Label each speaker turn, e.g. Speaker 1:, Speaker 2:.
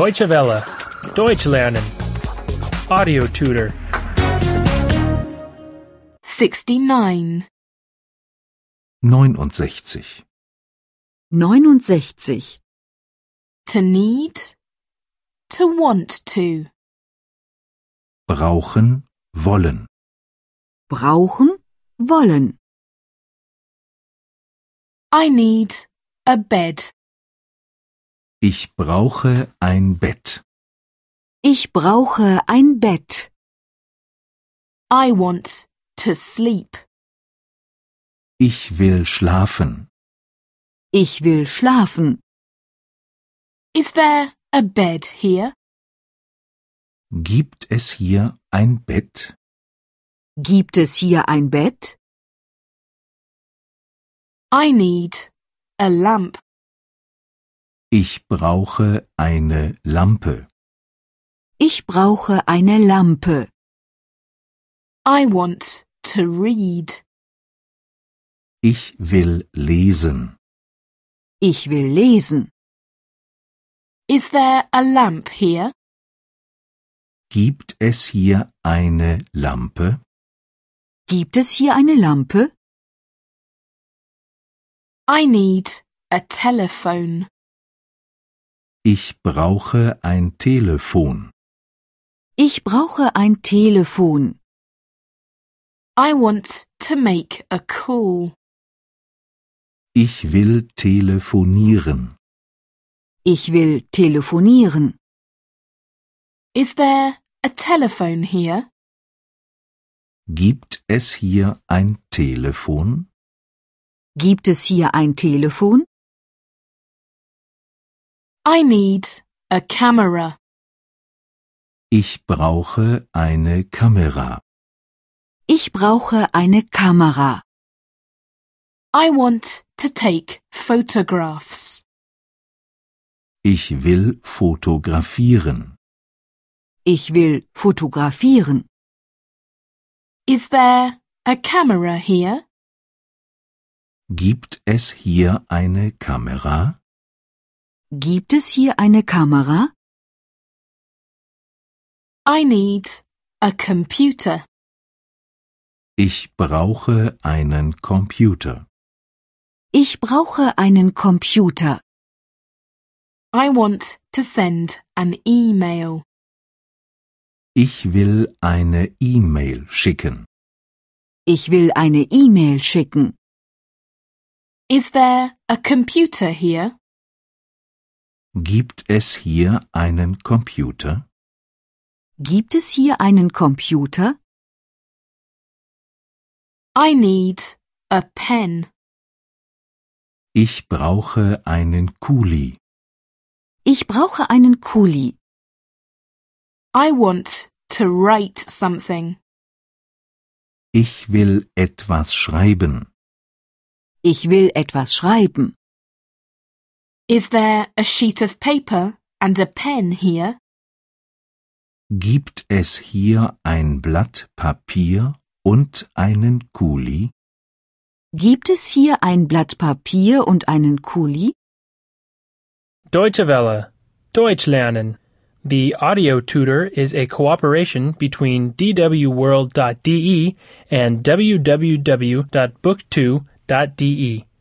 Speaker 1: Deutsche Welle. Deutsch lernen. Audio tutor.
Speaker 2: 69.
Speaker 3: 69.
Speaker 4: 69.
Speaker 2: To need. To want to.
Speaker 3: Brauchen, wollen.
Speaker 4: Brauchen, wollen.
Speaker 2: I need a bed.
Speaker 3: Ich brauche ein Bett.
Speaker 4: Ich brauche ein Bett.
Speaker 2: I want to sleep.
Speaker 3: Ich will schlafen.
Speaker 4: Ich will schlafen.
Speaker 2: Is there a bed here?
Speaker 3: Gibt es hier ein Bett?
Speaker 4: Gibt es hier ein Bett?
Speaker 2: I need a lamp.
Speaker 3: Ich brauche eine Lampe.
Speaker 4: Ich brauche eine Lampe.
Speaker 2: I want to read.
Speaker 3: Ich will lesen.
Speaker 4: Ich will lesen.
Speaker 2: Is there a lamp here?
Speaker 3: Gibt es hier eine Lampe?
Speaker 4: Gibt es hier eine Lampe?
Speaker 2: I need a telephone.
Speaker 3: Ich brauche ein Telefon.
Speaker 4: Ich brauche ein Telefon.
Speaker 2: I want to make a call.
Speaker 3: Ich will telefonieren.
Speaker 4: Ich will telefonieren.
Speaker 2: Is there a telephone here?
Speaker 3: Gibt es hier ein Telefon?
Speaker 4: Gibt es hier ein Telefon?
Speaker 2: I need a camera.
Speaker 3: Ich brauche eine Kamera.
Speaker 4: Ich brauche eine Kamera.
Speaker 2: I want to take photographs.
Speaker 3: Ich will fotografieren.
Speaker 4: Ich will fotografieren.
Speaker 2: Is there a camera here?
Speaker 3: Gibt es hier eine Kamera?
Speaker 4: Gibt es hier eine Kamera?
Speaker 2: I need a computer.
Speaker 3: Ich brauche einen Computer.
Speaker 4: Ich brauche einen Computer.
Speaker 2: I want to send an email.
Speaker 3: Ich will eine E-Mail schicken.
Speaker 4: Ich will eine E-Mail schicken.
Speaker 2: Is there a computer here?
Speaker 3: Gibt es hier einen Computer?
Speaker 4: Gibt es hier einen Computer?
Speaker 2: I need a pen.
Speaker 3: Ich brauche einen Kuli.
Speaker 4: Ich brauche einen Kuli.
Speaker 2: I want to write something.
Speaker 3: Ich will etwas schreiben.
Speaker 4: Ich will etwas schreiben.
Speaker 2: Is there a sheet of paper and a pen here?
Speaker 3: Gibt es hier ein Blatt Papier und einen Kuli?
Speaker 4: Gibt es hier ein Blatt Papier und einen Kuli?
Speaker 1: Deutsche Welle. Deutsch lernen. The audio tutor is a cooperation between E dwworld.de and www.book2.de.